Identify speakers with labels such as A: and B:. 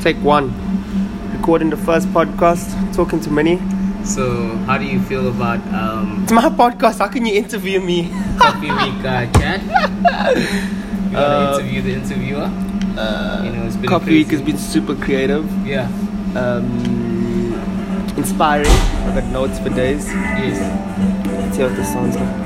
A: Take one. Recording the first podcast, talking to many.
B: So, how do you feel about um,
A: It's my podcast. How can you interview me?
B: Coffee Week uh, chat? You want to interview the interviewer? you know, it's been
A: Uh, Coffee Week has been super creative,
B: been yeah,
A: um, inspiring. I got notes for days.
B: yes.
A: Let's see what this sounds like.